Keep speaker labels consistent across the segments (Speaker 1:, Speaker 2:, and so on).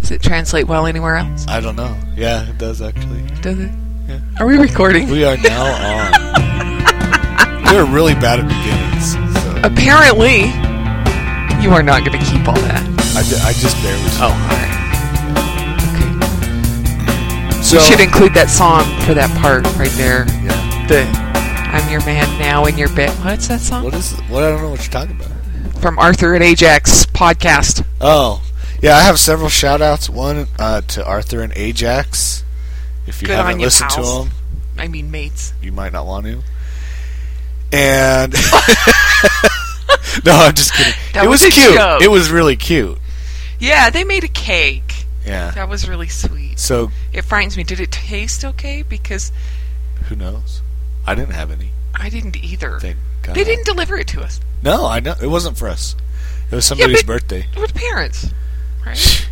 Speaker 1: Does it translate well anywhere else?
Speaker 2: I don't know. Yeah, it does actually.
Speaker 1: Does it?
Speaker 2: Yeah.
Speaker 1: Are we recording?
Speaker 2: We are now on. We're really bad at beginnings, so
Speaker 1: Apparently, you are not going to keep all that.
Speaker 2: I, ju- I just barely.
Speaker 1: all right. Okay.
Speaker 2: so
Speaker 1: we should include that song for that part right there.
Speaker 2: yeah.
Speaker 1: The "I'm Your Man Now" in your bit. What's that song
Speaker 2: What is? What I don't know what you're talking about.
Speaker 1: from Arthur and Ajax podcast?
Speaker 2: Oh, yeah. I have several shout outs. One uh, to Arthur and Ajax. If you
Speaker 1: Good on
Speaker 2: haven't
Speaker 1: you,
Speaker 2: listened to
Speaker 1: pals.
Speaker 2: them,
Speaker 1: I mean, mates.
Speaker 2: you might not want to. And no, I'm just kidding.
Speaker 1: That
Speaker 2: it
Speaker 1: was
Speaker 2: was,
Speaker 1: a
Speaker 2: cute.
Speaker 1: joke.
Speaker 2: It was really cute.
Speaker 1: Yeah, they made a cake.
Speaker 2: Yeah.
Speaker 1: That was really sweet.
Speaker 2: So
Speaker 1: It frightens me. Did it taste okay? Because
Speaker 2: who knows? I didn't have any.
Speaker 1: I didn't either.
Speaker 2: Thank God.
Speaker 1: They didn't deliver it to us.
Speaker 2: No, I know it wasn't for us. It was somebody's
Speaker 1: but-
Speaker 2: birthday.
Speaker 1: It was parents, right?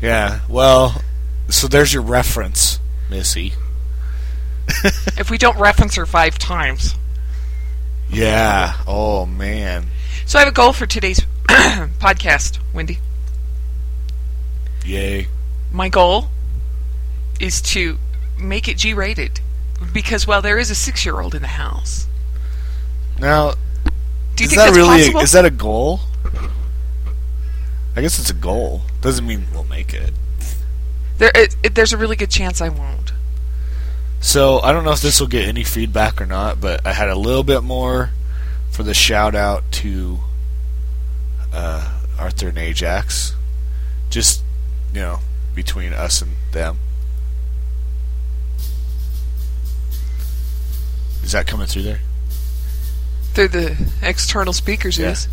Speaker 2: Yeah. Well, so there's your reference, Missy.
Speaker 1: if we don't reference her five times.
Speaker 2: Yeah. Oh man.
Speaker 1: So I have a goal for today's podcast, Wendy.
Speaker 2: Yay.
Speaker 1: My goal is to make it G rated because, well, there is a six year old in the house.
Speaker 2: Now,
Speaker 1: Do you think
Speaker 2: is that
Speaker 1: that's
Speaker 2: really
Speaker 1: possible?
Speaker 2: is that a goal? I guess it's a goal. Doesn't mean we'll make it.
Speaker 1: there, it, it- there's a really good chance I won't.
Speaker 2: So I don't know if this will get any feedback or not, but I had a little bit more for the shout out to uh, Arthur and Ajax. Just you know, between us and them. Is that coming through there?
Speaker 1: Through the external speakers,
Speaker 2: Yeah.
Speaker 1: yes.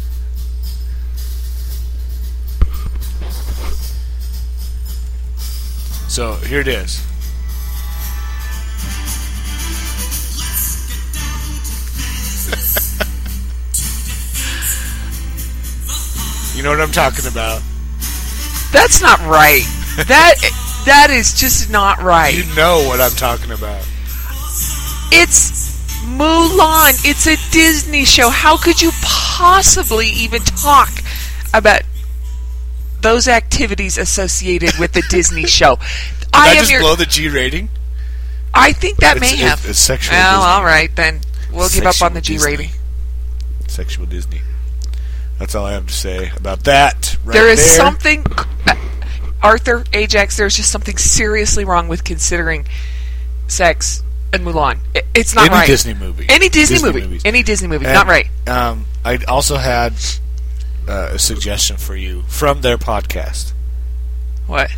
Speaker 2: So here it is. you know what I'm talking about.
Speaker 1: That's not right. that That is just not
Speaker 2: You
Speaker 1: right.
Speaker 2: know what I'm talking about.
Speaker 1: It's Mulan. It's a Disney show. How could you possibly even talk about those activities associated with the Disney show? I
Speaker 2: Did I,
Speaker 1: am
Speaker 2: just
Speaker 1: your
Speaker 2: blow the G rating?
Speaker 1: I think that
Speaker 2: It's-
Speaker 1: may
Speaker 2: it's-
Speaker 1: have.
Speaker 2: it's sexual
Speaker 1: Well,
Speaker 2: Disney.
Speaker 1: all right then. We'll give up on the G
Speaker 2: Sexual
Speaker 1: rating.
Speaker 2: Disney. Sexual Disney. That's all I have to say about that. Right
Speaker 1: there is
Speaker 2: there.
Speaker 1: something, uh, Arthur Ajax. There's just something seriously wrong with considering sex and Mulan. I- it's not
Speaker 2: Any
Speaker 1: right.
Speaker 2: Disney movie.
Speaker 1: Any Disney,
Speaker 2: Disney
Speaker 1: movie.
Speaker 2: movies.
Speaker 1: Any Disney movie.
Speaker 2: And,
Speaker 1: not right.
Speaker 2: Um, I also had uh, a suggestion for you from their podcast.
Speaker 1: What?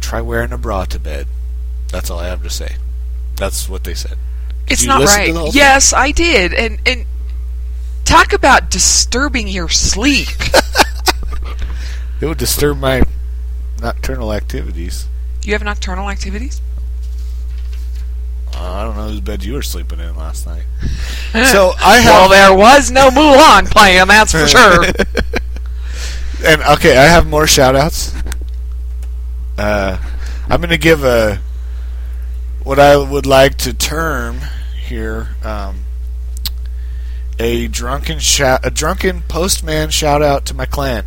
Speaker 2: Try wearing a bra to bed. That's all I have to say. That's what they said.
Speaker 1: It's
Speaker 2: you
Speaker 1: not
Speaker 2: listen to
Speaker 1: right.
Speaker 2: the whole thing?
Speaker 1: Yes, I did. And and talk about disturbing your sleep.
Speaker 2: It would disturb my nocturnal activities.
Speaker 1: you have nocturnal activities.
Speaker 2: Uh, I don't know whose bed you were sleeping in last night. so I have
Speaker 1: Well, there was no Mulan playing. That's for sure.
Speaker 2: And okay, I have more shout outs. Uh, I'm going to give a what I would like to term here um, a drunken shout, a drunken postman shout out to my clan,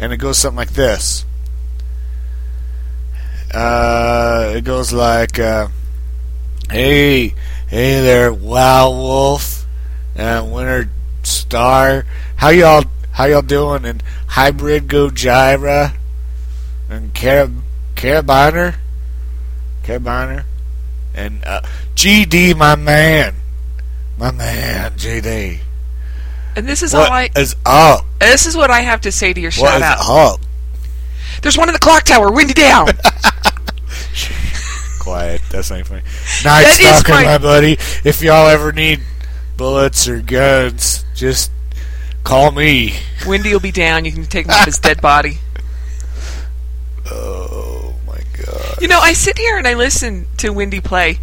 Speaker 2: and it goes something like this. Uh, it goes like, uh, "Hey, hey there, Wow Wolf, uh, Winter Star, how y'all, how y'all doing?" And Hybrid Gojira and Carab- Carabiner, Carabiner, and uh, GD, my man, my man, GD.
Speaker 1: And this is all I.
Speaker 2: What is up?
Speaker 1: This is what I have to say to your
Speaker 2: What
Speaker 1: shout
Speaker 2: is
Speaker 1: out.
Speaker 2: up?
Speaker 1: There's one in the clock tower. Windy down.
Speaker 2: Quiet. That's not funny. Night
Speaker 1: is
Speaker 2: stalker,
Speaker 1: my-
Speaker 2: my buddy. If y'all ever need bullets or guns, just call me.
Speaker 1: Windy will be down. You can take him off his dead body.
Speaker 2: Oh my god.
Speaker 1: You know, I sit here and I listen to Windy play,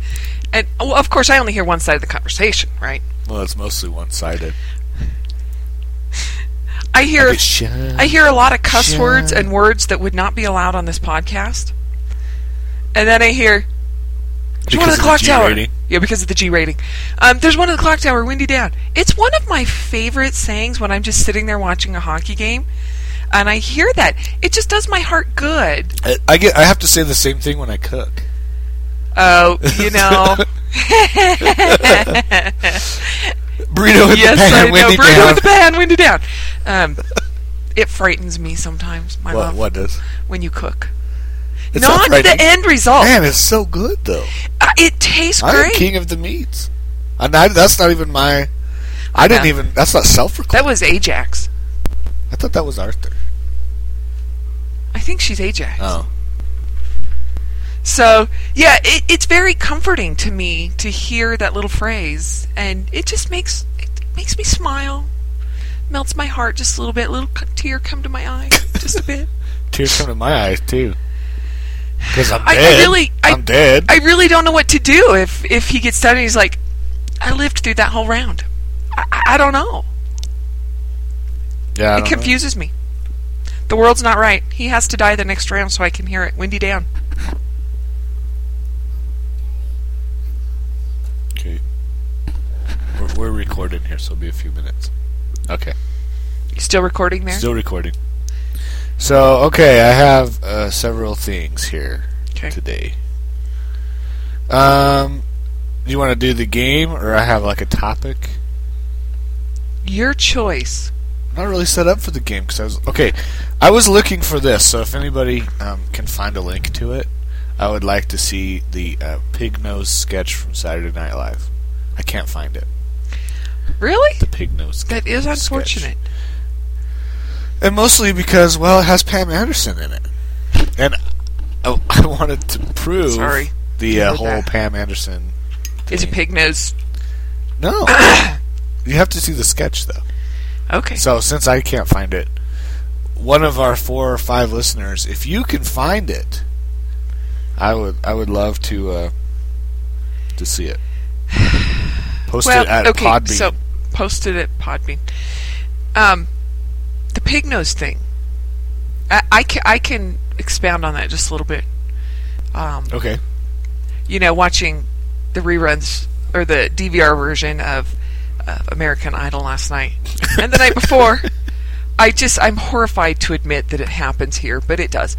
Speaker 1: and well, of course, I only hear one side of the conversation, right?
Speaker 2: Well, it's mostly one-sided.
Speaker 1: I hear
Speaker 2: Shut
Speaker 1: I hear a lot of cuss
Speaker 2: Sure.
Speaker 1: words and words that would not be allowed on this podcast, and then I hear there's one in
Speaker 2: Because of
Speaker 1: the
Speaker 2: the
Speaker 1: clock
Speaker 2: G
Speaker 1: tower.
Speaker 2: rating?
Speaker 1: Yeah, because of the G rating. Um, there's one in the clock tower. Windy down. It's one of my favorite sayings when I'm just sitting there watching a hockey game. and I hear that. It just does my heart good.
Speaker 2: I, I get. I have to say the same thing when I cook.
Speaker 1: Oh, you know.
Speaker 2: Burrito in
Speaker 1: yes,
Speaker 2: the pan,
Speaker 1: I
Speaker 2: Wendy
Speaker 1: know. Burrito
Speaker 2: down.
Speaker 1: with the pan, windy down. Um, it frightens me sometimes, my
Speaker 2: What,
Speaker 1: love,
Speaker 2: what does?
Speaker 1: when you cook.
Speaker 2: It's
Speaker 1: Not the
Speaker 2: frightening.
Speaker 1: end result.
Speaker 2: Man, it's so good though.
Speaker 1: Uh, it tastes
Speaker 2: I'm
Speaker 1: great.
Speaker 2: king of the meats, and I, that's not even my. I didn't
Speaker 1: know.
Speaker 2: even. That's not self-recorded.
Speaker 1: That was Ajax.
Speaker 2: I thought that was Arthur.
Speaker 1: I think she's Ajax.
Speaker 2: Oh,
Speaker 1: So yeah, it, it's very comforting to me to hear that little phrase, and it just makes it makes me smile, melts my heart just a little bit, a little c- tear come to my eye just a bit.
Speaker 2: tears come to my eyes too. Because I'm
Speaker 1: I- I
Speaker 2: dead.
Speaker 1: really- I-
Speaker 2: am dead.
Speaker 1: I really don't know what to do if if he gets done and he's like, I lived through that whole round. I, I- I don't know.
Speaker 2: yeah,
Speaker 1: it
Speaker 2: I don't know.
Speaker 1: confuses me. The world's not right. He has to die the next round so I can hear it. Windy down.
Speaker 2: Okay. We're, we're recording here, so it'll be a few minutes. Okay.
Speaker 1: You still recording there?
Speaker 2: Still recording. So, okay, I have uh, several things here
Speaker 1: Okay.
Speaker 2: today. Um, you want to do the game, or I have like a topic?
Speaker 1: Your choice.
Speaker 2: I'm not really set up for the game because I was okay. I was looking for this, so if anybody um, can find a link to it, I would like to see the uh, pig nose sketch from Saturday Night Live. I can't find it.
Speaker 1: Really?
Speaker 2: The pig nose. ske-
Speaker 1: That is
Speaker 2: sketch.
Speaker 1: unfortunate.
Speaker 2: and mostly because well, it has Pam Anderson in it, and I, I wanted to prove
Speaker 1: Sorry.
Speaker 2: the uh,
Speaker 1: Heard
Speaker 2: whole
Speaker 1: that.
Speaker 2: Pam Anderson.
Speaker 1: Is a
Speaker 2: thing.
Speaker 1: pig nose.
Speaker 2: No, you have to see the sketch though.
Speaker 1: Okay.
Speaker 2: So since I can't find it, one of our four or five listeners, if you can find it, I would I would love to uh, to see it. Post
Speaker 1: well,
Speaker 2: it at
Speaker 1: okay,
Speaker 2: Podbean.
Speaker 1: so posted at Podbean. Um, the pig nose thing. I, I, can, I can expound on that just a little bit. Um,
Speaker 2: okay.
Speaker 1: you know, watching the reruns or the DVR version of uh, American Idol last night and the night before. I just, I'm horrified to admit that it happens here, but it does.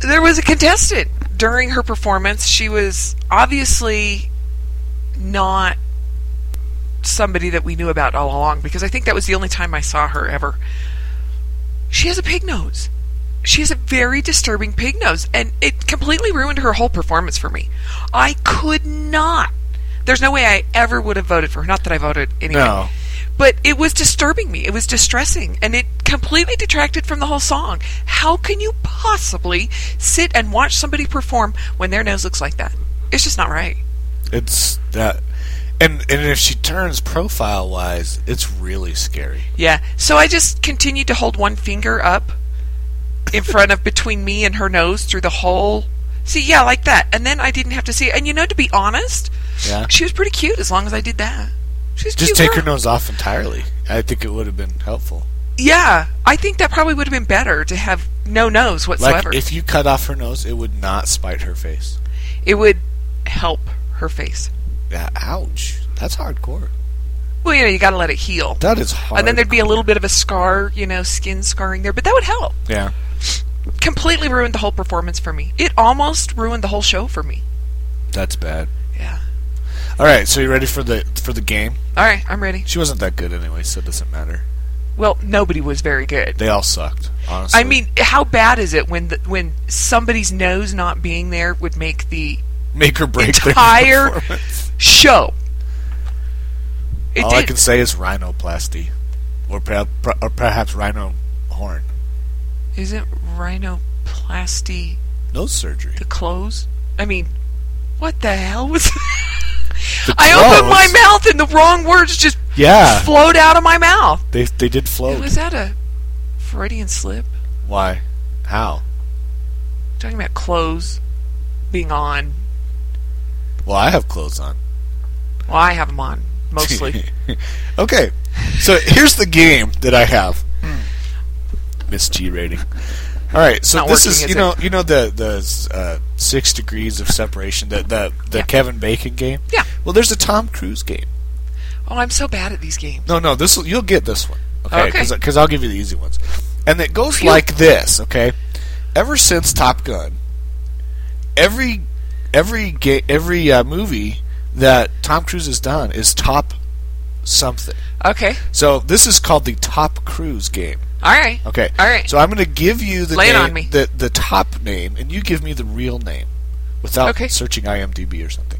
Speaker 1: There was a contestant during her performance. She was obviously not somebody that we knew about all along because I think that was the only time I saw her ever. She has a pig nose she has a very disturbing pig nose, and it completely ruined her whole performance for me. I could not. There's no way I ever would have voted for her. Not that I voted anyway.
Speaker 2: No.
Speaker 1: But it was disturbing me. It was distressing, and it completely detracted from the whole song. How can you possibly sit and watch somebody perform when their nose looks like that? It's just not right.
Speaker 2: It's that and and if she turns profile wise, it's really scary.
Speaker 1: Yeah. So I just continued to hold one finger up in front of between me and her nose through the whole. See, yeah, like that. And then I didn't have to see. And you know, to be honest,
Speaker 2: Yeah.
Speaker 1: she was pretty cute as long as I did that. She's a cute
Speaker 2: Just take her
Speaker 1: girl.
Speaker 2: nose off entirely. I think it would have been helpful.
Speaker 1: Yeah, I think that probably would have been better to have no nose
Speaker 2: Like
Speaker 1: whatsoever.
Speaker 2: if you cut off her nose, it would not spite her face.
Speaker 1: it would help her face.
Speaker 2: Yeah, ouch. That's hardcore.
Speaker 1: Well, you know, you got to let it heal.
Speaker 2: That is hard.
Speaker 1: And then there'd be a little bit of a scar, you know, skin scarring there, but that would help.
Speaker 2: Yeah.
Speaker 1: Completely ruined the whole performance for me. It almost ruined the whole show for me.
Speaker 2: That's bad.
Speaker 1: Yeah.
Speaker 2: All right, so you ready for the for the game?
Speaker 1: All right, I'm ready.
Speaker 2: She wasn't that good anyway, so it doesn't matter.
Speaker 1: Well, nobody was very good.
Speaker 2: They all sucked, honestly.
Speaker 1: I mean, how bad is it when the, when somebody's nose not being there would make the
Speaker 2: make or break their
Speaker 1: entire-
Speaker 2: performance.
Speaker 1: show? It
Speaker 2: all I
Speaker 1: did.
Speaker 2: can say is rhinoplasty, or, perha- per- or perhaps rhino horn
Speaker 1: Isn't rhinoplasty
Speaker 2: nose surgery.
Speaker 1: the clothes? I mean, what the hell was?
Speaker 2: The
Speaker 1: I opened my
Speaker 2: clothes-
Speaker 1: mouth and the wrong words just
Speaker 2: Yeah,
Speaker 1: flowed out of my mouth.
Speaker 2: they they did float.
Speaker 1: Was that a Freudian slip?
Speaker 2: Why? How?
Speaker 1: Talking about clothes being on.
Speaker 2: Well, I have clothes on.
Speaker 1: Well, I have them on mostly.
Speaker 2: okay, so here's the game that I have. Miss G rating. All right, so
Speaker 1: Hmm. Not
Speaker 2: this
Speaker 1: working,
Speaker 2: is,
Speaker 1: is
Speaker 2: you
Speaker 1: it?
Speaker 2: know you know the the uh, six degrees of separation the the, the
Speaker 1: Yeah.
Speaker 2: Kevin Bacon game.
Speaker 1: Yeah.
Speaker 2: Well, there's a Tom Cruise game.
Speaker 1: oh, I'm so bad at these games.
Speaker 2: No, no, this will you'll get this one. Okay,
Speaker 1: Okay.
Speaker 2: because I'll give you the easy ones. And it goes like this, okay? Ever since Top Gun, every every ga- every uh, movie that Tom Cruise has done is top something.
Speaker 1: Okay.
Speaker 2: So this is called the Top Cruise game.
Speaker 1: All right.
Speaker 2: Okay.
Speaker 1: All right.
Speaker 2: So I'm going to give you the
Speaker 1: Lay it
Speaker 2: name,
Speaker 1: on me.
Speaker 2: the the top name, and you give me the real name without
Speaker 1: Okay.
Speaker 2: searching IMDb or something.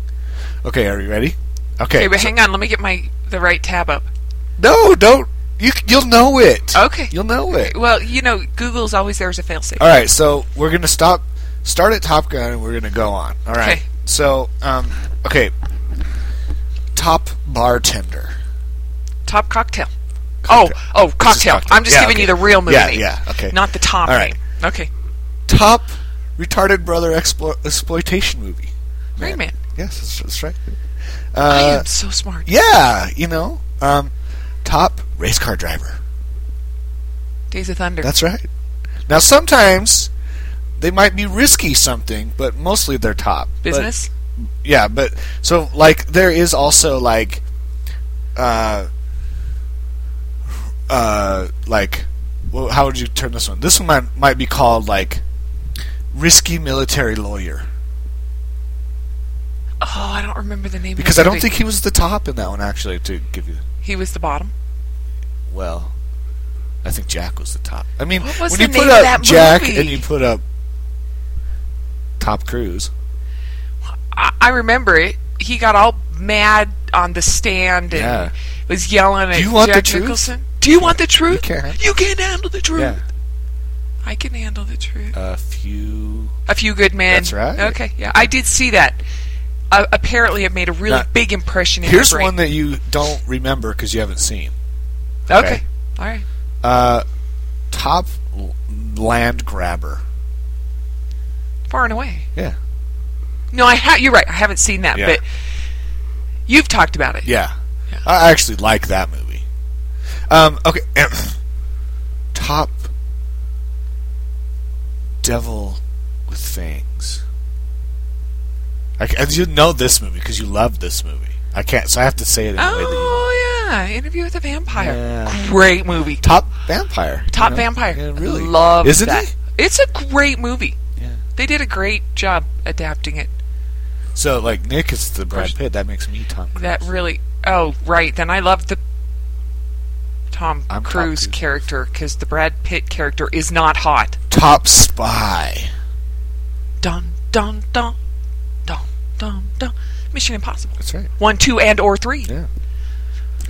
Speaker 2: Okay, are you ready? Okay.
Speaker 1: Okay, but
Speaker 2: so-
Speaker 1: hang on. Let me get my the right tab up.
Speaker 2: no, don't. You you'll know it.
Speaker 1: Okay.
Speaker 2: You'll know it.
Speaker 1: Well, you know, Google's always there as a failsafe.
Speaker 2: All right, so we're gonna stop, start at Top Gun, and we're gonna go on. All right.
Speaker 1: Okay.
Speaker 2: So, um, okay. Top bartender.
Speaker 1: Top cocktail.
Speaker 2: Cocktail.
Speaker 1: Oh, oh, cocktail.
Speaker 2: cocktail.
Speaker 1: I'm just
Speaker 2: Yeah,
Speaker 1: giving
Speaker 2: okay.
Speaker 1: you the real movie
Speaker 2: Yeah,
Speaker 1: name,
Speaker 2: yeah, okay.
Speaker 1: not the top
Speaker 2: All right.
Speaker 1: name. Okay,
Speaker 2: Top retarded brother explo- exploitation movie.
Speaker 1: Rain Man.
Speaker 2: Yes, that's, that's right.
Speaker 1: I
Speaker 2: Uh,
Speaker 1: am so smart.
Speaker 2: yeah, you know, um, top race car driver.
Speaker 1: Days of Thunder.
Speaker 2: That's right. Now sometimes they might be risky something, but mostly they're top But-
Speaker 1: Business.
Speaker 2: yeah, but so like there is also like uh uh like well, how would you turn this one? This one might might be called like risky military lawyer
Speaker 1: oh, I don't remember the name. of
Speaker 2: because
Speaker 1: the
Speaker 2: I don't
Speaker 1: movie.
Speaker 2: think he was the top in that one actually to give you
Speaker 1: he was the bottom.
Speaker 2: well I think Jack was the top. I mean,
Speaker 1: What was
Speaker 2: when
Speaker 1: the
Speaker 2: you put
Speaker 1: name of
Speaker 2: up
Speaker 1: that
Speaker 2: Jack
Speaker 1: movie?
Speaker 2: and you put up Top Cruise,
Speaker 1: I, I remember it. He got all mad on the stand and
Speaker 2: Yeah.
Speaker 1: was yelling at
Speaker 2: you want the
Speaker 1: Jack
Speaker 2: truth?
Speaker 1: Nicholson. Do you want the
Speaker 2: you
Speaker 1: truth?
Speaker 2: can't.
Speaker 1: You can't handle the truth.
Speaker 2: Yeah,
Speaker 1: I can handle the truth.
Speaker 2: a few.
Speaker 1: A Few Good Men.
Speaker 2: That's right.
Speaker 1: Okay, yeah, I did see that. Uh, apparently, it made a really
Speaker 2: Now,
Speaker 1: big impression in
Speaker 2: Here's
Speaker 1: my brain.
Speaker 2: one that you don't remember because you haven't seen.
Speaker 1: okay. all right.
Speaker 2: Uh, top l- land grabber.
Speaker 1: Far and away.
Speaker 2: Yeah.
Speaker 1: No, I ha- you're right. I haven't seen that,
Speaker 2: Yeah.
Speaker 1: but you've talked about it.
Speaker 2: Yeah.
Speaker 1: Yeah.
Speaker 2: I actually like that movie. Um, okay. top devil with fangs. I, ca- and you know this movie because you love this movie. I can't, so I have to say it in a way that you.
Speaker 1: Oh yeah, Interview with a Vampire.
Speaker 2: Yeah.
Speaker 1: Great movie.
Speaker 2: Top vampire. you
Speaker 1: Top
Speaker 2: know?
Speaker 1: Vampire.
Speaker 2: Yeah, really.
Speaker 1: love
Speaker 2: Isn't
Speaker 1: that.
Speaker 2: it?
Speaker 1: It's a great movie.
Speaker 2: Yeah.
Speaker 1: They did a great job adapting it.
Speaker 2: So like Nick is the Brad Pitt. That makes me Tom. Cruise.
Speaker 1: That really. Oh right. Then I love the Tom
Speaker 2: I'm Tom
Speaker 1: Cruise
Speaker 2: Cruise.
Speaker 1: character because the Brad Pitt character is not hot.
Speaker 2: top spy.
Speaker 1: Dun dun dun dun dun dun. Mission Impossible.
Speaker 2: That's right.
Speaker 1: One, two, and or three.
Speaker 2: Yeah.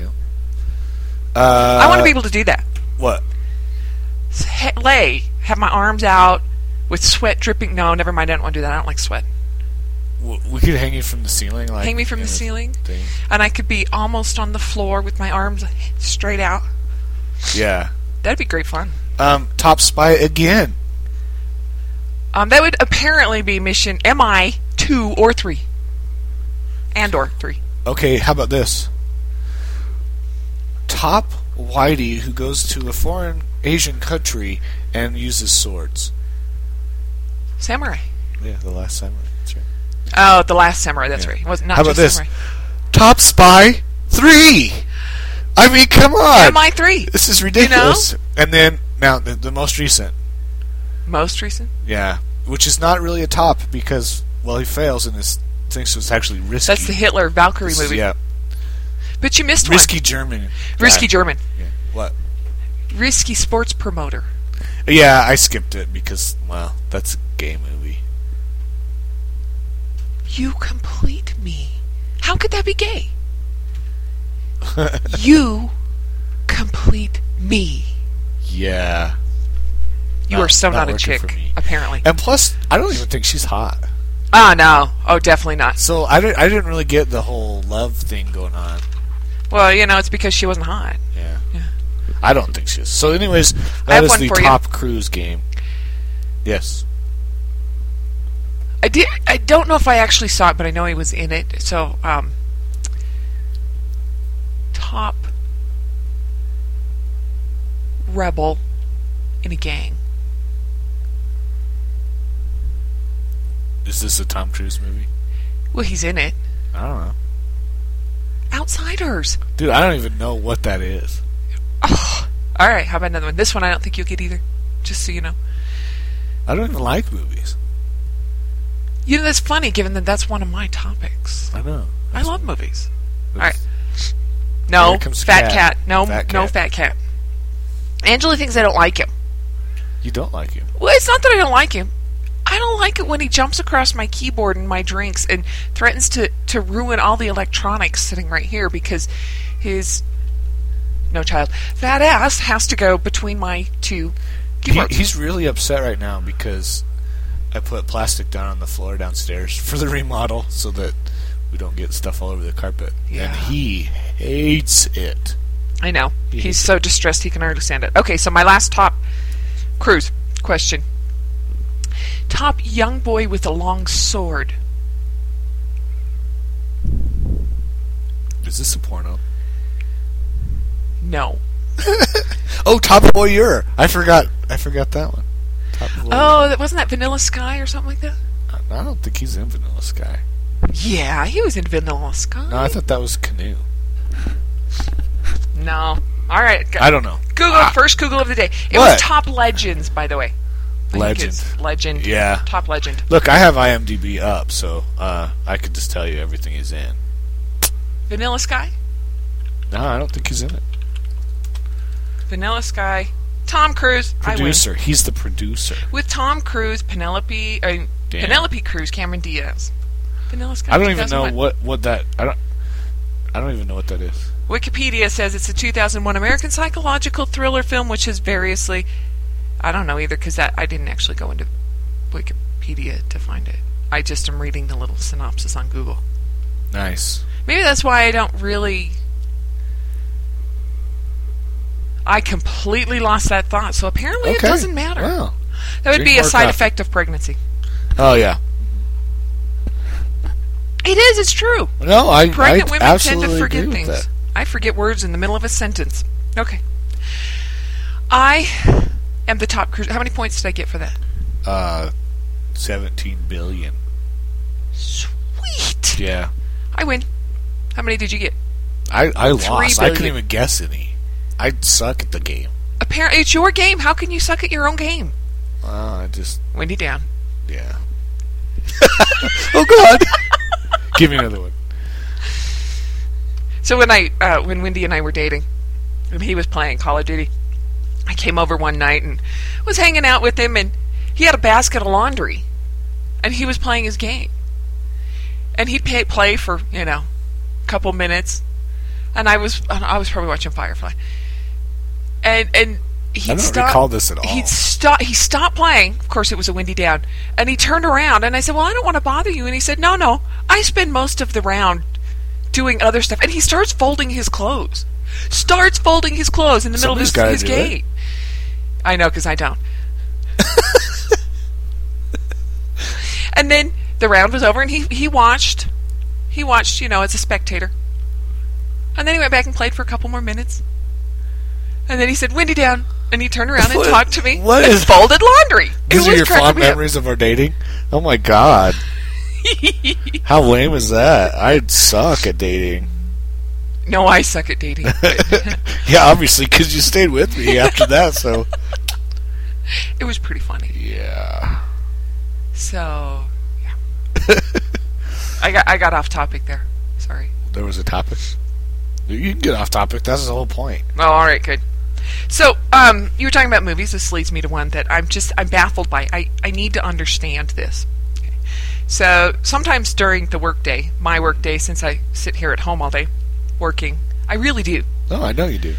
Speaker 2: Yeah. Uh,
Speaker 1: I want to be able to do that.
Speaker 2: What?
Speaker 1: he- lay, have my arms out with sweat dripping. No, never mind. I don't want to do that. I don't like sweat.
Speaker 2: W- We could hang you from the ceiling, like
Speaker 1: Hang me from
Speaker 2: in
Speaker 1: the
Speaker 2: a
Speaker 1: ceiling,
Speaker 2: thing.
Speaker 1: and I could be almost on the floor with my arms straight out.
Speaker 2: Yeah.
Speaker 1: That'd be great fun.
Speaker 2: Um, top spy again.
Speaker 1: Um, that would apparently be mission MI two or three, and or three.
Speaker 2: Okay, how about this? Top whitey who goes to a foreign Asian country and uses swords.
Speaker 1: Samurai.
Speaker 2: Yeah, the last samurai. That's right.
Speaker 1: Oh, the last samurai. That's right. It was not
Speaker 2: How about
Speaker 1: just
Speaker 2: this?
Speaker 1: samurai.
Speaker 2: Top spy three. I mean, come on.
Speaker 1: MI three.
Speaker 2: this is ridiculous. And then now the, the most recent.
Speaker 1: Most recent.
Speaker 2: Yeah, which is not really a top because well, he fails and is thinks it's actually risky.
Speaker 1: That's the Hitler Valkyrie
Speaker 2: This is-
Speaker 1: movie.
Speaker 2: Yeah,
Speaker 1: But you missed
Speaker 2: risky German.
Speaker 1: one. Risky German.
Speaker 2: Yeah. What?
Speaker 1: Risky sports promoter.
Speaker 2: Yeah, I skipped it because well, that's a gay movie.
Speaker 1: You complete me. How could that be gay? you complete me.
Speaker 2: Yeah,
Speaker 1: You
Speaker 2: Not-
Speaker 1: are so
Speaker 2: not
Speaker 1: not, a
Speaker 2: working
Speaker 1: chick,
Speaker 2: for me.
Speaker 1: apparently.
Speaker 2: and plus, I don't even think she's hot.
Speaker 1: Oh, no. Oh, definitely not.
Speaker 2: So I didn't. I didn't really get the whole love thing going on.
Speaker 1: Well, you know, it's because she wasn't hot.
Speaker 2: Yeah.
Speaker 1: Yeah.
Speaker 2: I don't think she is. So, anyways, that
Speaker 1: have
Speaker 2: is
Speaker 1: one
Speaker 2: the
Speaker 1: for you.
Speaker 2: top cruise game. Yes.
Speaker 1: I did. I don't know if I actually saw it, but I know he was in it. So, um, top rebel in a gang.
Speaker 2: Is this a Tom Cruise movie?
Speaker 1: Well, he's in it.
Speaker 2: I don't know,
Speaker 1: Outsiders.
Speaker 2: dude. I don't even know what that is.
Speaker 1: All right, how about another one? This one I don't think you'll get either. Just so you know.
Speaker 2: I don't even like movies.
Speaker 1: You know that's funny, given that that's one of my topics.
Speaker 2: I know.
Speaker 1: I love movies.
Speaker 2: All
Speaker 1: right. No,
Speaker 2: Here comes
Speaker 1: fat cat.
Speaker 2: Cat.
Speaker 1: No,
Speaker 2: Fat
Speaker 1: no
Speaker 2: Cat.
Speaker 1: fat cat. Angela thinks I don't like him.
Speaker 2: You don't like him.
Speaker 1: Well, it's not that I don't like him. I don't like it when he jumps across my keyboard and my drinks and threatens to, to ruin all the electronics sitting right here because his no child fat ass has to go between my two
Speaker 2: He,
Speaker 1: keyboards.
Speaker 2: he's really upset right now because I put plastic down on the floor downstairs for the remodel so that we don't get stuff all over the carpet.
Speaker 1: Yeah.
Speaker 2: And he hates it.
Speaker 1: I know
Speaker 2: He
Speaker 1: he's
Speaker 2: hates
Speaker 1: so distressed he can hardly stand it. Okay, so my last top cruise question: top young boy with a long sword.
Speaker 2: Is this a porno?
Speaker 1: No.
Speaker 2: Oh, Top Boy You're. I forgot. I forgot that one. Top Boy.
Speaker 1: Oh, that wasn't that Vanilla Sky or something like that.
Speaker 2: I- I don't think he's in Vanilla Sky.
Speaker 1: Yeah, he was in Vanilla Sky.
Speaker 2: No, I thought that was Canoe.
Speaker 1: No. All right. Go-
Speaker 2: I don't know.
Speaker 1: Google first Google of the day. It was
Speaker 2: Ah. What?
Speaker 1: top legends, by the way. I think
Speaker 2: Legend.
Speaker 1: it's Legend.
Speaker 2: Yeah.
Speaker 1: Top legend.
Speaker 2: Look, I have IMDb up, so uh, I could just tell you everything he's in.
Speaker 1: Vanilla Sky.
Speaker 2: No, I don't think he's in it.
Speaker 1: Vanilla Sky. Tom Cruise.
Speaker 2: Producer. He's the producer.
Speaker 1: I win. With Tom Cruise, Penelope, I mean,
Speaker 2: Damn.
Speaker 1: Penelope Cruz, Cameron Diaz. Vanilla Sky.
Speaker 2: I don't even know
Speaker 1: 2001.
Speaker 2: what, what that. I don't. I don't even know what that is.
Speaker 1: Wikipedia says it's a 2001 American psychological thriller film, which has variously. I don't know either because that I didn't actually go into Wikipedia to find it. I just am reading the little synopsis on Google.
Speaker 2: Nice.
Speaker 1: Maybe that's why I don't really. I completely lost that thought. So apparently it
Speaker 2: Okay.
Speaker 1: doesn't matter.
Speaker 2: Wow.
Speaker 1: that would
Speaker 2: Drink
Speaker 1: be a
Speaker 2: more
Speaker 1: side
Speaker 2: coffee.
Speaker 1: effect of pregnancy.
Speaker 2: Oh yeah.
Speaker 1: It is. It's true.
Speaker 2: No, I.
Speaker 1: Pregnant
Speaker 2: I
Speaker 1: women tend
Speaker 2: absolutely
Speaker 1: to forget
Speaker 2: agree
Speaker 1: things.
Speaker 2: With that.
Speaker 1: I forget words in the middle of a sentence. Okay. I am the top cruiser. How many points did I get for that?
Speaker 2: Uh, seventeen billion.
Speaker 1: Sweet.
Speaker 2: Yeah.
Speaker 1: I win. How many did you get?
Speaker 2: I I
Speaker 1: Three
Speaker 2: lost. I couldn't
Speaker 1: billion.
Speaker 2: even guess any. I suck at the game.
Speaker 1: Apparently, it's your game. How can you suck at your own game?
Speaker 2: Uh, I just
Speaker 1: Wendy down.
Speaker 2: yeah. oh God. Give me another one.
Speaker 1: So when I uh, when Wendy and I were dating, and he was playing Call of Duty, I came over one night and was hanging out with him, and he had a basket of laundry, and he was playing his game, and he'd pay, play for you know a couple minutes, and I was and I was probably watching Firefly, and and he'd
Speaker 2: I don't
Speaker 1: stop,
Speaker 2: recall this at all.
Speaker 1: He'd stop. He stopped playing. Of course, it was a windy down, and he turned around and I said, "Well, I don't want to bother you." And he said, "No, no, I spend most of the round doing other stuff." And he starts folding his clothes. Starts folding his clothes in the middle
Speaker 2: Somebody's
Speaker 1: of
Speaker 2: gotta
Speaker 1: his, his
Speaker 2: do it.
Speaker 1: game. I know because I don't. and then the round was over, and he he watched. He watched, you know, as a spectator. And then he went back and played for a couple more minutes. And then he said, "Windy down," and he turned around and
Speaker 2: What-
Speaker 1: talked to me.
Speaker 2: what
Speaker 1: and
Speaker 2: is-
Speaker 1: folded laundry? It
Speaker 2: These are
Speaker 1: was
Speaker 2: your
Speaker 1: cracking
Speaker 2: fond
Speaker 1: me up.
Speaker 2: memories of our dating? Oh my god. How lame is that? I suck at dating.
Speaker 1: No, I suck at dating.
Speaker 2: yeah, obviously, because you stayed with me after that, so.
Speaker 1: it was pretty funny.
Speaker 2: Yeah.
Speaker 1: So, yeah. I got I got off topic there. Sorry.
Speaker 2: There was a topic. You can get off topic. That's the whole point.
Speaker 1: Oh, all right, good. So, um, you were talking about movies. This leads me to one that I'm just I'm baffled by. I I need to understand this. Okay. So sometimes during the workday, my workday, since I sit here at home all day, working, I really do.
Speaker 2: No, I know you do.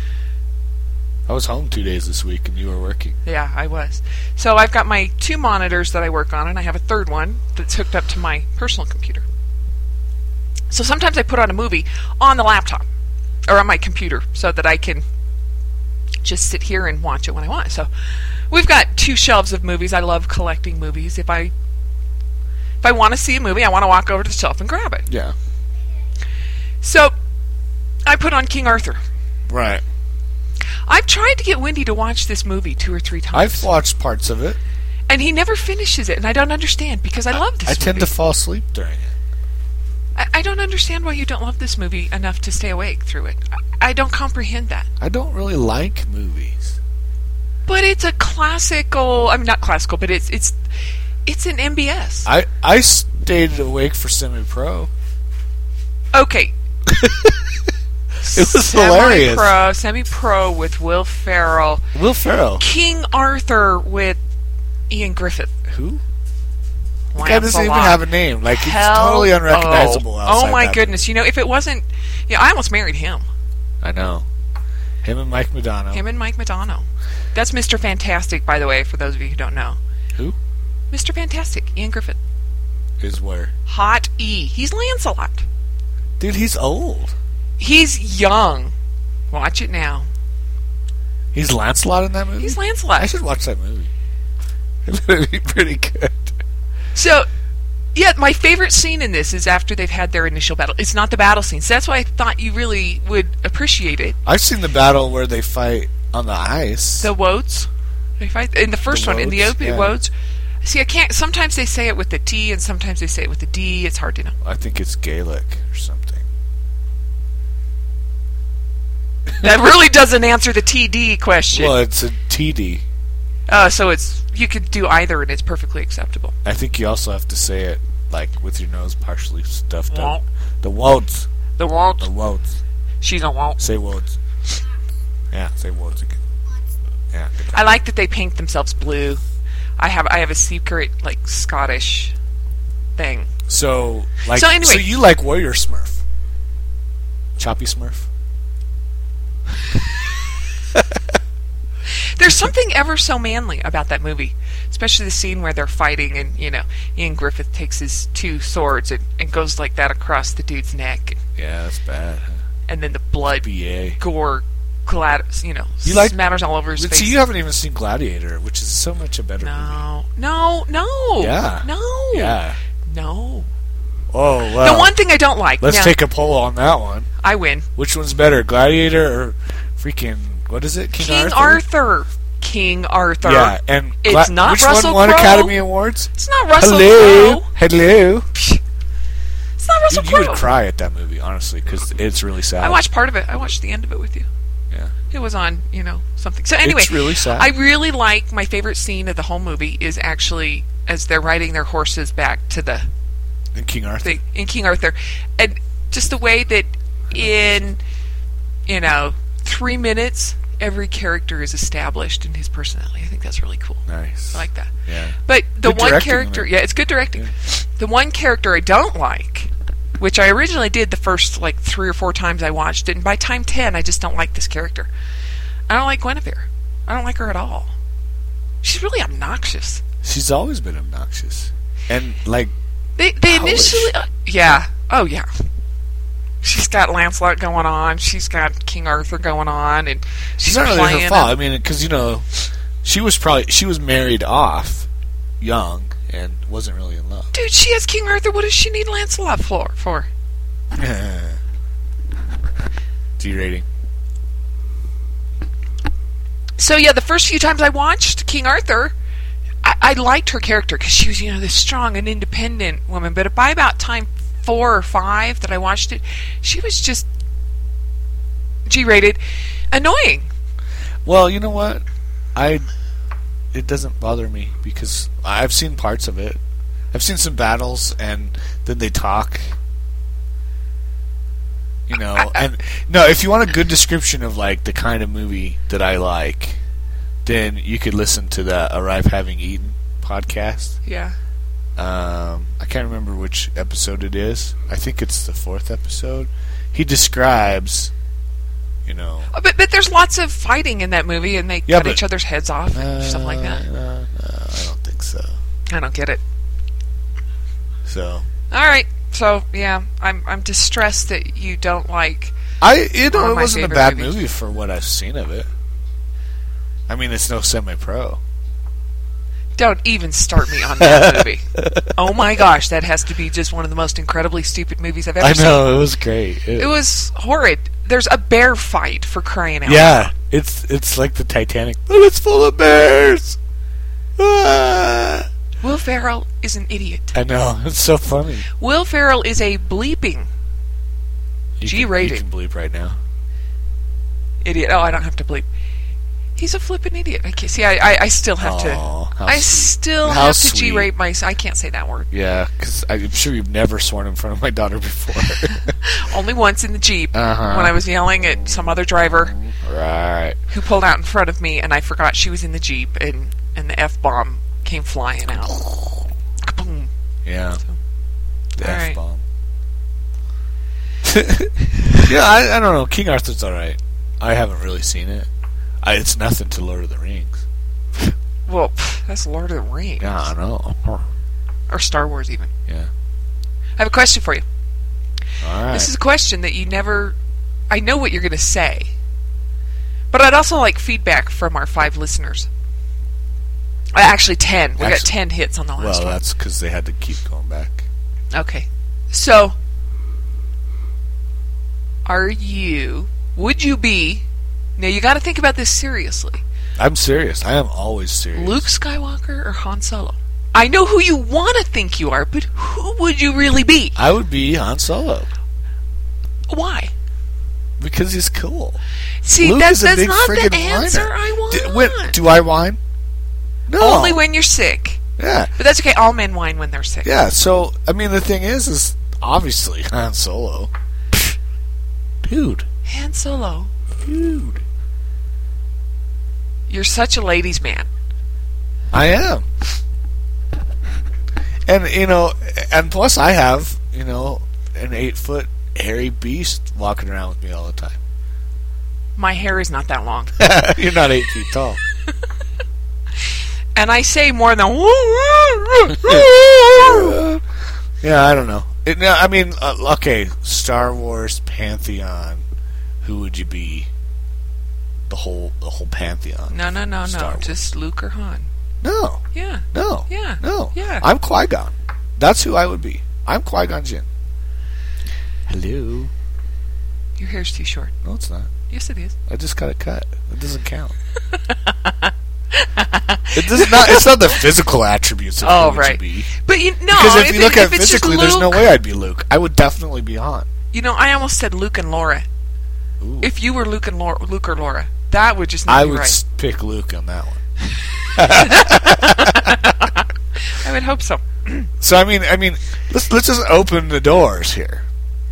Speaker 2: I was home two days this week and you were working.
Speaker 1: Yeah, I was. So I've got my two monitors that I work on, and I have a third one that's hooked up to my personal computer. So sometimes I put on a movie on the laptop or on my computer so that I can just sit here and watch it when I want. So we've got two shelves of movies. I love collecting movies. If I if I want to see a movie, I want to walk over to the shelf and grab it.
Speaker 2: Yeah.
Speaker 1: So I put on King Arthur.
Speaker 2: Right.
Speaker 1: I've tried to get Wendy to watch this movie two or three times.
Speaker 2: I've watched parts of it.
Speaker 1: and he never finishes it, and I don't understand because I love this.
Speaker 2: I tend
Speaker 1: movie.
Speaker 2: to fall asleep during it.
Speaker 1: I, I don't understand why you don't love this movie enough to stay awake through it. I, I don't comprehend that.
Speaker 2: I don't really like movies.
Speaker 1: But it's a classical. I'm mean, not classical, but it's it's it's an MBS.
Speaker 2: I I stayed awake for semi pro.
Speaker 1: Okay.
Speaker 2: It was hilarious.
Speaker 1: Pro, semi-pro with Will Ferrell,
Speaker 2: Will Ferrell.
Speaker 1: King Arthur with Ian Griffith.
Speaker 2: Who? The guy
Speaker 1: Lance
Speaker 2: doesn't even
Speaker 1: Balan.
Speaker 2: have a name. Like he's
Speaker 1: Hell
Speaker 2: totally
Speaker 1: no.
Speaker 2: unrecognizable.
Speaker 1: Oh
Speaker 2: outside
Speaker 1: my
Speaker 2: that.
Speaker 1: goodness! You know, if it wasn't, yeah, I almost married him.
Speaker 2: I know. Him and Mike Madonna.
Speaker 1: Him and Mike Madonna. That's Mr. Fantastic, by the way, for those of you who don't know.
Speaker 2: Who
Speaker 1: Mr. Fantastic, Ian Griffith.
Speaker 2: is where?
Speaker 1: Hot E. He's Lancelot.
Speaker 2: Dude, he's old.
Speaker 1: He's young. Watch it now.
Speaker 2: He's Lancelot in that movie.
Speaker 1: He's
Speaker 2: I
Speaker 1: Lancelot.
Speaker 2: should watch that movie. It'd be pretty good.
Speaker 1: So, yeah, my favorite scene in this is after they've had their initial battle. It's not the battle scene. So that's why I thought you really would appreciate it.
Speaker 2: I've seen the battle where they fight on the ice.
Speaker 1: The Wodes. They fight in the first one in the
Speaker 2: Wodes,
Speaker 1: open
Speaker 2: yeah.
Speaker 1: Wodes. See, I can't. Sometimes they say it with the T, and sometimes they say it with the D. It's hard to know.
Speaker 2: I think it's Gaelic or something.
Speaker 1: That really doesn't answer the TD question.
Speaker 2: Well, it's a TD.
Speaker 1: Uh, so it's you could do either, and it's perfectly acceptable.
Speaker 2: I think you also have to say it like with your nose partially stuffed up. The Wodes.
Speaker 1: The won't.
Speaker 2: The Wodes.
Speaker 1: She's a won't.
Speaker 2: Say Wodes. Yeah, say Wodes again. Yeah. good job.
Speaker 1: I like that they paint themselves blue. I have I have a secret like Scottish thing.
Speaker 2: So, like,
Speaker 1: So anyway-
Speaker 2: you like Warrior Smurf? Choppy Smurf?
Speaker 1: There's something ever so manly about that movie, especially the scene where they're fighting and you know Ian Griffith takes his two swords and, and goes like that across the dude's neck,
Speaker 2: Yeah, that's bad.
Speaker 1: and then the blood,
Speaker 2: BA.
Speaker 1: gore, glad you know
Speaker 2: You like-
Speaker 1: smatters all over his face.
Speaker 2: So you haven't even seen Gladiator, which is so much a better
Speaker 1: no, no, no,
Speaker 2: Yeah.
Speaker 1: no,
Speaker 2: movie. Yeah.
Speaker 1: no.
Speaker 2: Oh well.
Speaker 1: The one thing I don't like.
Speaker 2: Let's
Speaker 1: now,
Speaker 2: take a poll on that one.
Speaker 1: I win.
Speaker 2: Which one's better, Gladiator or freaking what is it, King,
Speaker 1: King Arthur. King Arthur.
Speaker 2: Yeah, and
Speaker 1: It's
Speaker 2: Gla-
Speaker 1: not
Speaker 2: which
Speaker 1: Russell
Speaker 2: one won
Speaker 1: Crowe.
Speaker 2: Academy Awards?
Speaker 1: It's not Russell
Speaker 2: Hello,
Speaker 1: Crowe.
Speaker 2: hello.
Speaker 1: It's not Russell
Speaker 2: Dude, you would
Speaker 1: Crowe.
Speaker 2: cry at that movie, honestly, because it's really sad.
Speaker 1: I watched part of it. I watched the end of it with you.
Speaker 2: Yeah.
Speaker 1: It was on, you know, something. So anyway,
Speaker 2: it's really sad.
Speaker 1: I really like my favorite scene of the whole movie is actually as they're riding their horses back to the
Speaker 2: and King Arthur.
Speaker 1: thing in King Arthur, and just the way that in you know three minutes every character is established in his personality. I think that's really cool.
Speaker 2: Nice.
Speaker 1: I like that.
Speaker 2: yeah.
Speaker 1: But the
Speaker 2: Good
Speaker 1: one
Speaker 2: directing on
Speaker 1: character,
Speaker 2: it.
Speaker 1: yeah, it's good directing.
Speaker 2: Yeah.
Speaker 1: The one character I don't like, which I originally did the first like three or four times I watched it, and by time ten, I just don't like this character. I don't like Guinevere. I don't like her at all. She's really obnoxious.
Speaker 2: She's always been obnoxious, and like
Speaker 1: They they
Speaker 2: Ouch.
Speaker 1: initially, uh, yeah, oh yeah. She's got Lancelot going on. She's got King Arthur going on, and she's
Speaker 2: it's not
Speaker 1: playing.
Speaker 2: really her
Speaker 1: a-
Speaker 2: fault. I mean, because you know, she was probably she was married off young and wasn't really in love.
Speaker 1: Dude, she has King Arthur. What does she need Lancelot for? For
Speaker 2: D rating.
Speaker 1: So yeah, the first few times I watched King Arthur, I, I liked her character because she was you know this strong and independent woman. But by about time four or five that I watched it, she was just G-rated, annoying.
Speaker 2: Well, you know what? I it doesn't bother me because I've seen parts of it. I've seen some battles, and then they talk. You know, and no, if you want a good description of like the kind of movie that I like, then you could listen to the "Arrive Having Eaten" podcast.
Speaker 1: Yeah,
Speaker 2: um, I can't remember which episode it is. I think it's the fourth episode. He describes, you know,
Speaker 1: Oh, but but there's lots of fighting in that movie, and they
Speaker 2: Yeah,
Speaker 1: cut
Speaker 2: but-
Speaker 1: each other's heads off and stuff like that.
Speaker 2: Uh, no, no, I don't think so. Uh.
Speaker 1: I don't get it.
Speaker 2: So
Speaker 1: All right, so yeah, I'm I'm distressed that you don't like.
Speaker 2: I, you know,
Speaker 1: One of
Speaker 2: it
Speaker 1: my
Speaker 2: wasn't a
Speaker 1: favorite
Speaker 2: bad
Speaker 1: movies.
Speaker 2: movie for what I've seen of it. I mean, it's no semi-pro.
Speaker 1: Don't even start me on that movie. Oh my gosh, that has to be just one of the most incredibly stupid movies I've ever
Speaker 2: I
Speaker 1: seen.
Speaker 2: know it was great. It-
Speaker 1: It was horrid. There's a bear fight for crying out.
Speaker 2: yeah, Oh, it's it's like the Titanic, but it's full of bears. Ah.
Speaker 1: Will Ferrell is an idiot.
Speaker 2: I know. It's so funny.
Speaker 1: Will Ferrell is a bleeping
Speaker 2: You
Speaker 1: G
Speaker 2: can-
Speaker 1: rated.
Speaker 2: You can bleep right now.
Speaker 1: idiot. Oh, I don't have to bleep. He's a flippin' idiot. I can't, see, I, I, I still have to.
Speaker 2: Aw, how
Speaker 1: I
Speaker 2: sweet.
Speaker 1: still
Speaker 2: How
Speaker 1: have to
Speaker 2: sweet.
Speaker 1: G-rate my. I can't say that word.
Speaker 2: Yeah, because I'm sure you've never sworn in front of my daughter before.
Speaker 1: Only once in the Jeep
Speaker 2: Uh-huh.
Speaker 1: when I was yelling at some other driver
Speaker 2: right.
Speaker 1: who pulled out in front of me, and I forgot she was in the Jeep, and and the F bomb came flying out. Kaboom.
Speaker 2: Yeah. The
Speaker 1: All right.
Speaker 2: F bomb. yeah, I, I don't know. King Arthur's all right. I haven't really seen it. I, it's nothing to Lord of the Rings.
Speaker 1: Well, pff, that's Lord of the Rings
Speaker 2: Yeah, I know. All
Speaker 1: or Star Wars even.
Speaker 2: Yeah.
Speaker 1: I have a question for you.
Speaker 2: right.
Speaker 1: This is a question that you never. I know what you're going to say, but I'd also like feedback from our five listeners. Uh, Actually, ten. We got
Speaker 2: Actually-
Speaker 1: ten hits on the last
Speaker 2: well, uh,
Speaker 1: one.
Speaker 2: that's because they had to keep going back.
Speaker 1: Okay. So, are you? Would you be? Now you got to think about this seriously.
Speaker 2: I'm serious. I am always serious.
Speaker 1: Luke Skywalker or Han Solo? I know who you want to think you are, but who would you really be?
Speaker 2: I would be Han Solo
Speaker 1: Why?
Speaker 2: because he's cool.
Speaker 1: See,
Speaker 2: Luke
Speaker 1: that's
Speaker 2: is a
Speaker 1: that's
Speaker 2: big
Speaker 1: not
Speaker 2: friggin'
Speaker 1: the answer
Speaker 2: whiner.
Speaker 1: I want.
Speaker 2: D- when- do I whine? No.
Speaker 1: Only when you're sick.
Speaker 2: Yeah.
Speaker 1: But that's okay. All men whine when they're sick.
Speaker 2: Yeah, so I mean the thing is is obviously Han Solo. Dude.
Speaker 1: Han Solo,
Speaker 2: Dude.
Speaker 1: you're such a ladies' man.
Speaker 2: I am. And you know and plus I have, you know, an eight foot hairy beast walking around with me all the time.
Speaker 1: My hair is not that long,
Speaker 2: You're not eight feet tall.
Speaker 1: and I say more than.
Speaker 2: Yeah, I don't know. It, no, I mean, uh, okay, Star Wars pantheon. Who would you be? The whole, the whole pantheon.
Speaker 1: No, no, no,
Speaker 2: Star
Speaker 1: no.
Speaker 2: Wars.
Speaker 1: Just Luke or Han.
Speaker 2: No,
Speaker 1: Yeah,
Speaker 2: no,
Speaker 1: yeah,
Speaker 2: no.
Speaker 1: yeah.
Speaker 2: I'm Qui Gon. That's who I would be. I'm Qui Gon Jinn. Hello.
Speaker 1: Your hair's too short.
Speaker 2: No, it's not.
Speaker 1: Yes, it is.
Speaker 2: I just got a cut. It doesn't count. it does not. It's not the physical attributes of
Speaker 1: Oh,
Speaker 2: who would
Speaker 1: right.
Speaker 2: you be.
Speaker 1: But you no,
Speaker 2: Because if,
Speaker 1: if,
Speaker 2: you
Speaker 1: it-
Speaker 2: look at
Speaker 1: if
Speaker 2: it
Speaker 1: it's just
Speaker 2: physically, there's no
Speaker 1: Luke-
Speaker 2: way I'd be Luke. I would definitely be Han.
Speaker 1: You know, I almost said Luke and Laura.
Speaker 2: Ooh.
Speaker 1: If you were Luke and Laura, Luke or Laura, that would just not
Speaker 2: I
Speaker 1: be
Speaker 2: would
Speaker 1: right.
Speaker 2: s pick Luke on that one.
Speaker 1: I would hope so.
Speaker 2: So I mean, I mean, let's let's just open the doors here.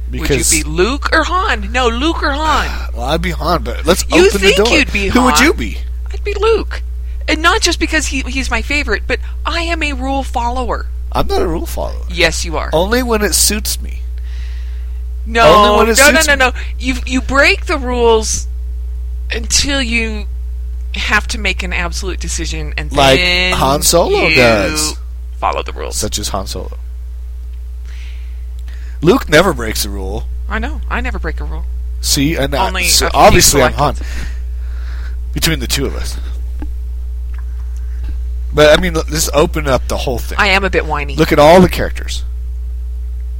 Speaker 2: Because
Speaker 1: would you be Luke or Han? No, Luke or Han.
Speaker 2: well, I'd be Han, but let's
Speaker 1: You
Speaker 2: open
Speaker 1: think
Speaker 2: the door.
Speaker 1: you'd be
Speaker 2: Who would
Speaker 1: Han?
Speaker 2: you be?
Speaker 1: I'd be Luke, and not just because he he's my favorite, but I am a rule follower.
Speaker 2: I'm not a rule follower.
Speaker 1: Yes, you are.
Speaker 2: Only when it suits me. only
Speaker 1: no,
Speaker 2: when it
Speaker 1: no, no,
Speaker 2: suits
Speaker 1: no, no. You you break the rules until you have to make an absolute decision, and
Speaker 2: Like
Speaker 1: then
Speaker 2: Han Solo
Speaker 1: you
Speaker 2: does.
Speaker 1: Follow the rules.
Speaker 2: Such as Han Solo. Luke never breaks a rule.
Speaker 1: I know. I never break a rule.
Speaker 2: See, and I-
Speaker 1: Only
Speaker 2: so
Speaker 1: a few
Speaker 2: obviously I'm Han.
Speaker 1: selected.
Speaker 2: Between the two of us. But I mean, let- let's open up the whole thing.
Speaker 1: I am a bit whiny.
Speaker 2: Look at all the characters.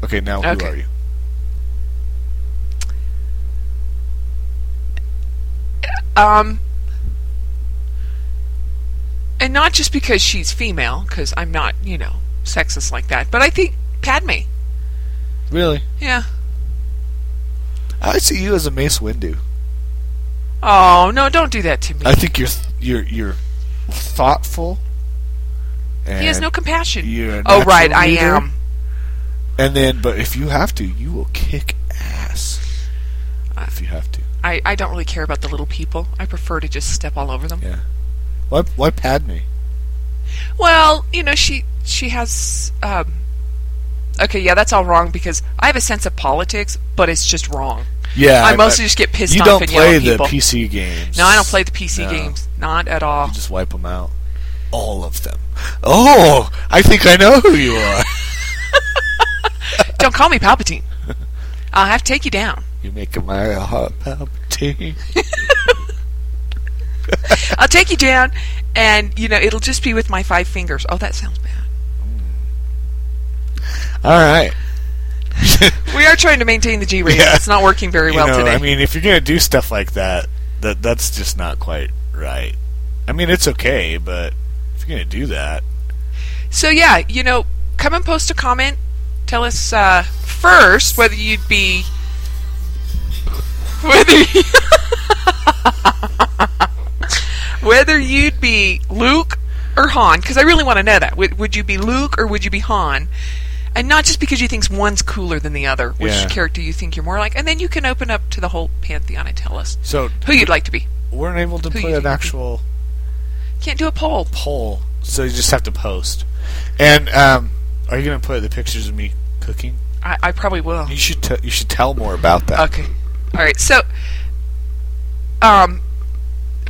Speaker 2: Okay, now who
Speaker 1: Okay.
Speaker 2: are you?
Speaker 1: Um, and not just because she's female, because I'm not, you know, sexist like that. But I think Padme.
Speaker 2: Really?
Speaker 1: Yeah.
Speaker 2: I see you as a Mace Windu.
Speaker 1: Oh no! Don't do that to me.
Speaker 2: I think you're you're you're thoughtful. And
Speaker 1: he has no compassion.
Speaker 2: You're a
Speaker 1: oh right,
Speaker 2: natural
Speaker 1: I
Speaker 2: leader.
Speaker 1: am.
Speaker 2: And then, but if you have to, you will kick ass.
Speaker 1: Uh,
Speaker 2: If you have to,
Speaker 1: I, I don't really care about the little people. I prefer to just step all over them.
Speaker 2: yeah. Why why Padme?
Speaker 1: Well, you know, she she has. Um, okay, yeah, that's all wrong because I have a sense of politics, but it's just wrong.
Speaker 2: Yeah,
Speaker 1: I mostly just get pissed
Speaker 2: you
Speaker 1: off
Speaker 2: don't
Speaker 1: and yell
Speaker 2: play
Speaker 1: at
Speaker 2: the
Speaker 1: people.
Speaker 2: PC games.
Speaker 1: No, I don't play the PC
Speaker 2: No.
Speaker 1: games, not at all.
Speaker 2: You just wipe them out, all of them. Oh, I think I know who you are.
Speaker 1: Don't call me Palpatine. I'll have to take you down.
Speaker 2: You're making my heart palpitate.
Speaker 1: I'll take you down, and you know it'll just be with my five fingers. Oh, that sounds bad.
Speaker 2: All right.
Speaker 1: We are trying to maintain the G rating.
Speaker 2: Yeah.
Speaker 1: It's not working very well
Speaker 2: you know,
Speaker 1: today.
Speaker 2: I mean, if you're gonna do stuff like that, that that's just not quite right. I mean, it's okay, but if you're gonna do that,
Speaker 1: So yeah, you know, come and post a comment. Tell us uh, first whether you'd be whether you- whether you'd be Luke or Han, because I really want to know that. Would, would you be Luke or would you be Han? And not just because you think one's cooler than the other, which
Speaker 2: Yeah.
Speaker 1: character you think you're more like, and then you can open up to the whole pantheon and tell us
Speaker 2: So
Speaker 1: who you'd like to be.
Speaker 2: weren't able to
Speaker 1: Who
Speaker 2: put
Speaker 1: you
Speaker 2: an
Speaker 1: think-
Speaker 2: actual
Speaker 1: Can't do a poll.
Speaker 2: poll, so you just have to post. And um, are you gonna put the pictures of me cooking?
Speaker 1: I, I probably will.
Speaker 2: You should t- you should tell more about that.
Speaker 1: Okay. All right. So, um,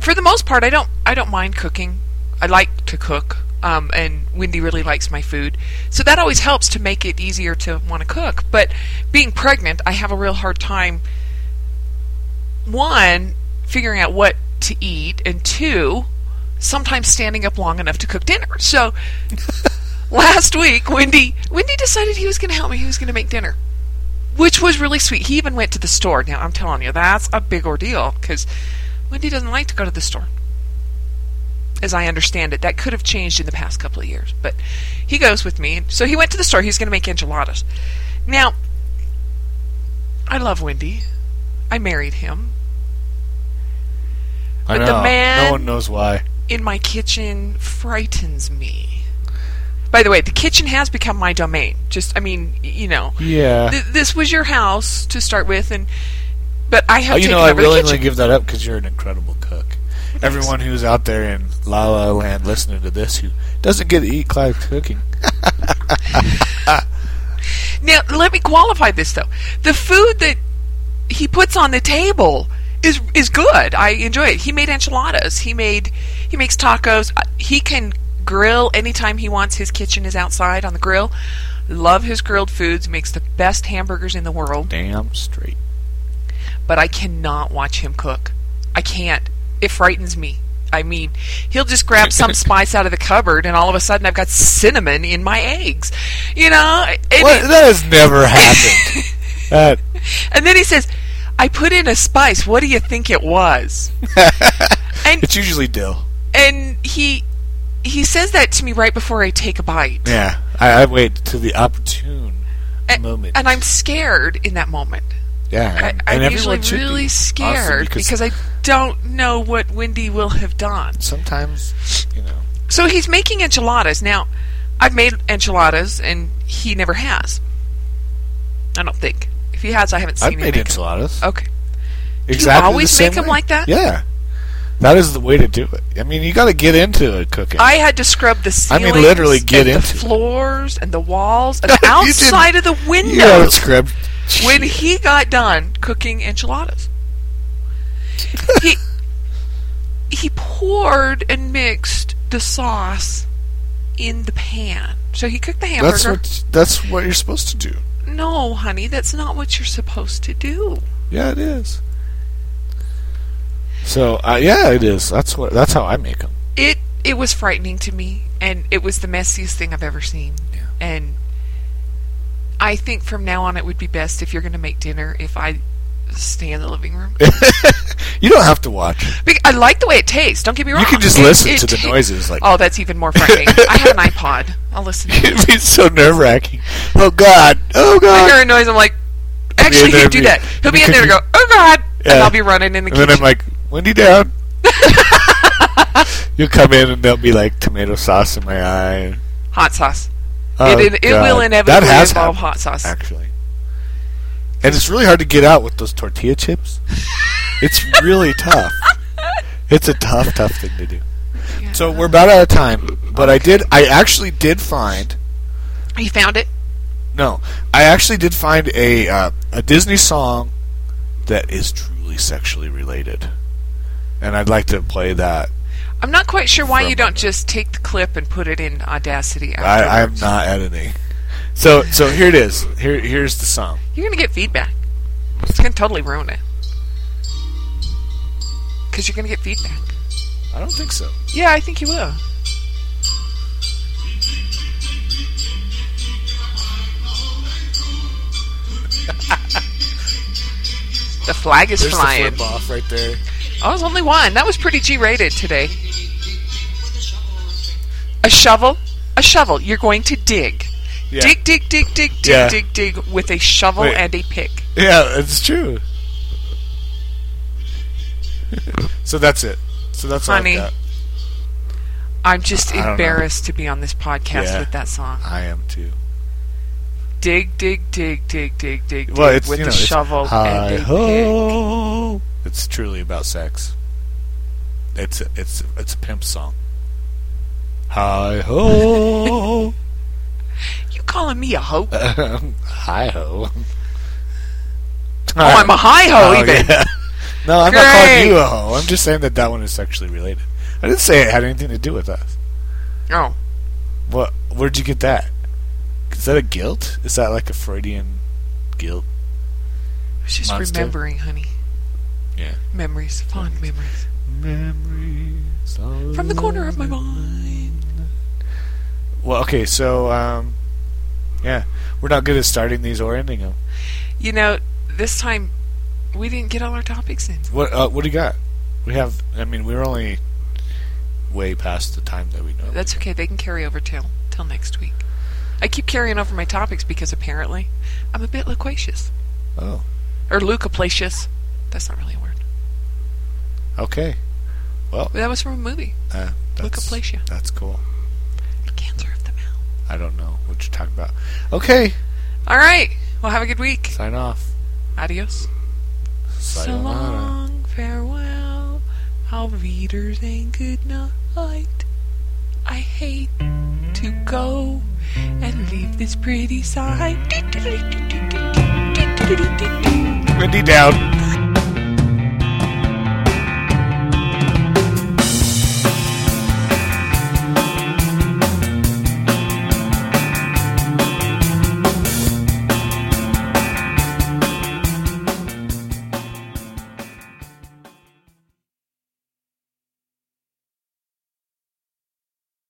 Speaker 1: for the most part, I don't I don't mind cooking. I like to cook, um, and Wendy really likes my food, so that always helps to make it easier to want to cook. But being pregnant, I have a real hard time. One, figuring out what to eat, and two, sometimes standing up long enough to cook dinner. So. Last week, Wendy Wendy decided he was going to help me. He was going to make dinner which was really sweet. He even went to the store. Now I'm telling you, that's a big ordeal because Wendy doesn't like to go to the store. As I understand it, that could have changed in the past couple of years, but he goes with me. So he went to the store. He's going to make enchiladas. Now, I love Wendy. I married him.
Speaker 2: I
Speaker 1: But
Speaker 2: know.
Speaker 1: the man-
Speaker 2: no one knows why.
Speaker 1: in my kitchen frightens me. By the way, the kitchen has become my domain. Just, I mean, y- you know,
Speaker 2: Yeah.
Speaker 1: th- this was your house to start with, and but I have
Speaker 2: Oh, you
Speaker 1: taken
Speaker 2: know, I
Speaker 1: over the
Speaker 2: willingly
Speaker 1: kitchen.
Speaker 2: give that up because you're an incredible cook. Everyone who's out there in La La Land listening to this who doesn't get to eat Clive's cooking.
Speaker 1: Now, let me qualify this though: the food that he puts on the table is is good. I enjoy it. He made enchiladas. He made he makes tacos. Uh, He can grill anytime he wants. His kitchen is outside on the grill. Love his grilled foods. Makes the best hamburgers in the world.
Speaker 2: Damn straight.
Speaker 1: but I cannot watch him cook. I can't. It frightens me. I mean, he'll just grab some spice out of the cupboard, and all of a sudden I've got cinnamon in my eggs. You know? And,
Speaker 2: What? That has never happened. that,
Speaker 1: and then he says, I put in a spice. What do you think it was? and
Speaker 2: it's usually dill.
Speaker 1: and he he says that to me right before I take a bite.
Speaker 2: Yeah. I, I wait to the opportune
Speaker 1: A-
Speaker 2: moment.
Speaker 1: And I'm scared in that moment.
Speaker 2: yeah.
Speaker 1: I,
Speaker 2: and- and
Speaker 1: I'm
Speaker 2: everyone
Speaker 1: usually
Speaker 2: should be,
Speaker 1: really
Speaker 2: honestly,
Speaker 1: scared because I don't know what Wendy will have done.
Speaker 2: sometimes, you know.
Speaker 1: So he's making enchiladas. Now, I've made enchiladas and he never has. I don't think. If he has, I haven't seen
Speaker 2: I've
Speaker 1: him
Speaker 2: made
Speaker 1: make 'em.
Speaker 2: enchiladas.
Speaker 1: Okay.
Speaker 2: exactly the
Speaker 1: always
Speaker 2: same
Speaker 1: make 'em
Speaker 2: way.
Speaker 1: like that?
Speaker 2: Yeah. That is the way to do it. I mean, you got to get into it cooking.
Speaker 1: I had to scrub the
Speaker 2: I
Speaker 1: ceilings,
Speaker 2: mean, literally get
Speaker 1: and the
Speaker 2: into it.
Speaker 1: floors and the walls and
Speaker 2: You
Speaker 1: the
Speaker 2: didn't-
Speaker 1: outside of the
Speaker 2: You gotta
Speaker 1: windows
Speaker 2: scrub.
Speaker 1: when he got done cooking enchiladas. he he poured and mixed the sauce in the pan. So he cooked the hamburger.
Speaker 2: That's what that's what you're supposed to do.
Speaker 1: No, honey, that's not what you're supposed to do.
Speaker 2: Yeah, it is. So uh, yeah, it is. That's what that's how I make them.
Speaker 1: It it was frightening to me, and it was the messiest thing I've ever seen.
Speaker 2: Yeah.
Speaker 1: And I think from now on, it would be best if you're going to make dinner if I stay in the living room.
Speaker 2: You don't have to watch.
Speaker 1: Bec- I like the way it tastes. Don't get me wrong.
Speaker 2: You can just
Speaker 1: It-
Speaker 2: listen
Speaker 1: it
Speaker 2: to the
Speaker 1: ta-
Speaker 2: noises. Like
Speaker 1: Oh, that's even more frightening. I have an iPod. I'll listen. To it.
Speaker 2: it'd be so nerve wracking. Oh God! Oh
Speaker 1: I hear
Speaker 2: God!
Speaker 1: a noise. I'm like, actually,
Speaker 2: there
Speaker 1: he'd do
Speaker 2: be-
Speaker 1: that. He'll be in
Speaker 2: because
Speaker 1: there and
Speaker 2: you-
Speaker 1: go, oh god, and
Speaker 2: Yeah.
Speaker 1: I'll be running in the
Speaker 2: And then
Speaker 1: kitchen.
Speaker 2: I'm like, Wendy down. You'll come in and there'll be like tomato sauce in my eye.
Speaker 1: hot sauce.
Speaker 2: Oh,
Speaker 1: it, it, it will
Speaker 2: God.
Speaker 1: inevitably
Speaker 2: that has
Speaker 1: involve
Speaker 2: happened.
Speaker 1: hot sauce.
Speaker 2: actually. And it's really hard to get out with those tortilla chips. It's really tough. It's a tough, tough thing to do.
Speaker 1: Yeah.
Speaker 2: So we're about out of time, but I did. I actually did find.
Speaker 1: You found it?
Speaker 2: No, I actually did find a uh, a Disney song that is truly sexually related, and I'd like to play that.
Speaker 1: I'm not quite sure why
Speaker 2: For a
Speaker 1: you don't
Speaker 2: moment.
Speaker 1: just take the clip and put it in Audacity.
Speaker 2: I, I'm
Speaker 1: afterwards.
Speaker 2: not editing. So so here it is. Here here's the song.
Speaker 1: You're gonna get feedback. It's gonna totally ruin it. Cause you're gonna get feedback.
Speaker 2: I don't think so.
Speaker 1: Yeah, I think you will. the flag is
Speaker 2: There's the
Speaker 1: flying.
Speaker 2: flip off right there.
Speaker 1: Oh, was only one. That was pretty G-rated today. A shovel. a shovel. You're going to dig.
Speaker 2: Yeah.
Speaker 1: Dig, dig, dig, dig, dig,
Speaker 2: Yeah.
Speaker 1: dig, dig with a shovel
Speaker 2: Wait.
Speaker 1: and a pick.
Speaker 2: Yeah, it's true. so that's it. So that's all
Speaker 1: Honey.
Speaker 2: I got.
Speaker 1: I'm just
Speaker 2: I don't know.
Speaker 1: embarrassed to be on this podcast
Speaker 2: Yeah.
Speaker 1: with that song.
Speaker 2: I am too.
Speaker 1: Dig, dig, dig, dig, dig, dig,
Speaker 2: Well,
Speaker 1: dig
Speaker 2: it's
Speaker 1: with
Speaker 2: you know,
Speaker 1: a
Speaker 2: it's
Speaker 1: shovel
Speaker 2: hi
Speaker 1: and a pick.
Speaker 2: ho. It's truly about sex. It's a, it's a- it's a pimp song. Hi ho,
Speaker 1: You calling me a hoe?
Speaker 2: hi ho.
Speaker 1: oh, I'm a high hoe
Speaker 2: Oh,
Speaker 1: even.
Speaker 2: yeah. No, I'm not calling
Speaker 1: Great.
Speaker 2: you a hoe. I'm just saying that that one is sexually related. I didn't say it had anything to do with us.
Speaker 1: Oh,
Speaker 2: What? Where'd you get that? Is that a guilt? Is that like a Freudian guilt?
Speaker 1: I was just
Speaker 2: Monster.
Speaker 1: remembering, honey.
Speaker 2: Yeah.
Speaker 1: Memories, fond memories.
Speaker 2: Memories
Speaker 1: From the corner of my mind.
Speaker 2: Well, okay, so um, yeah, we're not good at starting these or ending them.
Speaker 1: You know, this time we didn't get all our topics in.
Speaker 2: What uh, what do you got? We have. I mean, we're only way past the time that we know.
Speaker 1: That's okay. They can carry over till till next week. I keep carrying over my topics because apparently I'm a bit loquacious
Speaker 2: Oh,
Speaker 1: or leucoplacious. That's not really a word.
Speaker 2: okay. Well,
Speaker 1: But that was from a movie,
Speaker 2: uh, that's
Speaker 1: Leukoplacia.
Speaker 2: that's cool.
Speaker 1: Cancer of the Mouth.
Speaker 2: I don't know what you're talking about. Okay,
Speaker 1: All right. Well, have a good week.
Speaker 2: sign off.
Speaker 1: Adios. So
Speaker 2: Sayonara.
Speaker 1: long, farewell, auf Wiedersehen, good night. I hate to go and leave this pretty side.
Speaker 2: Wendy down.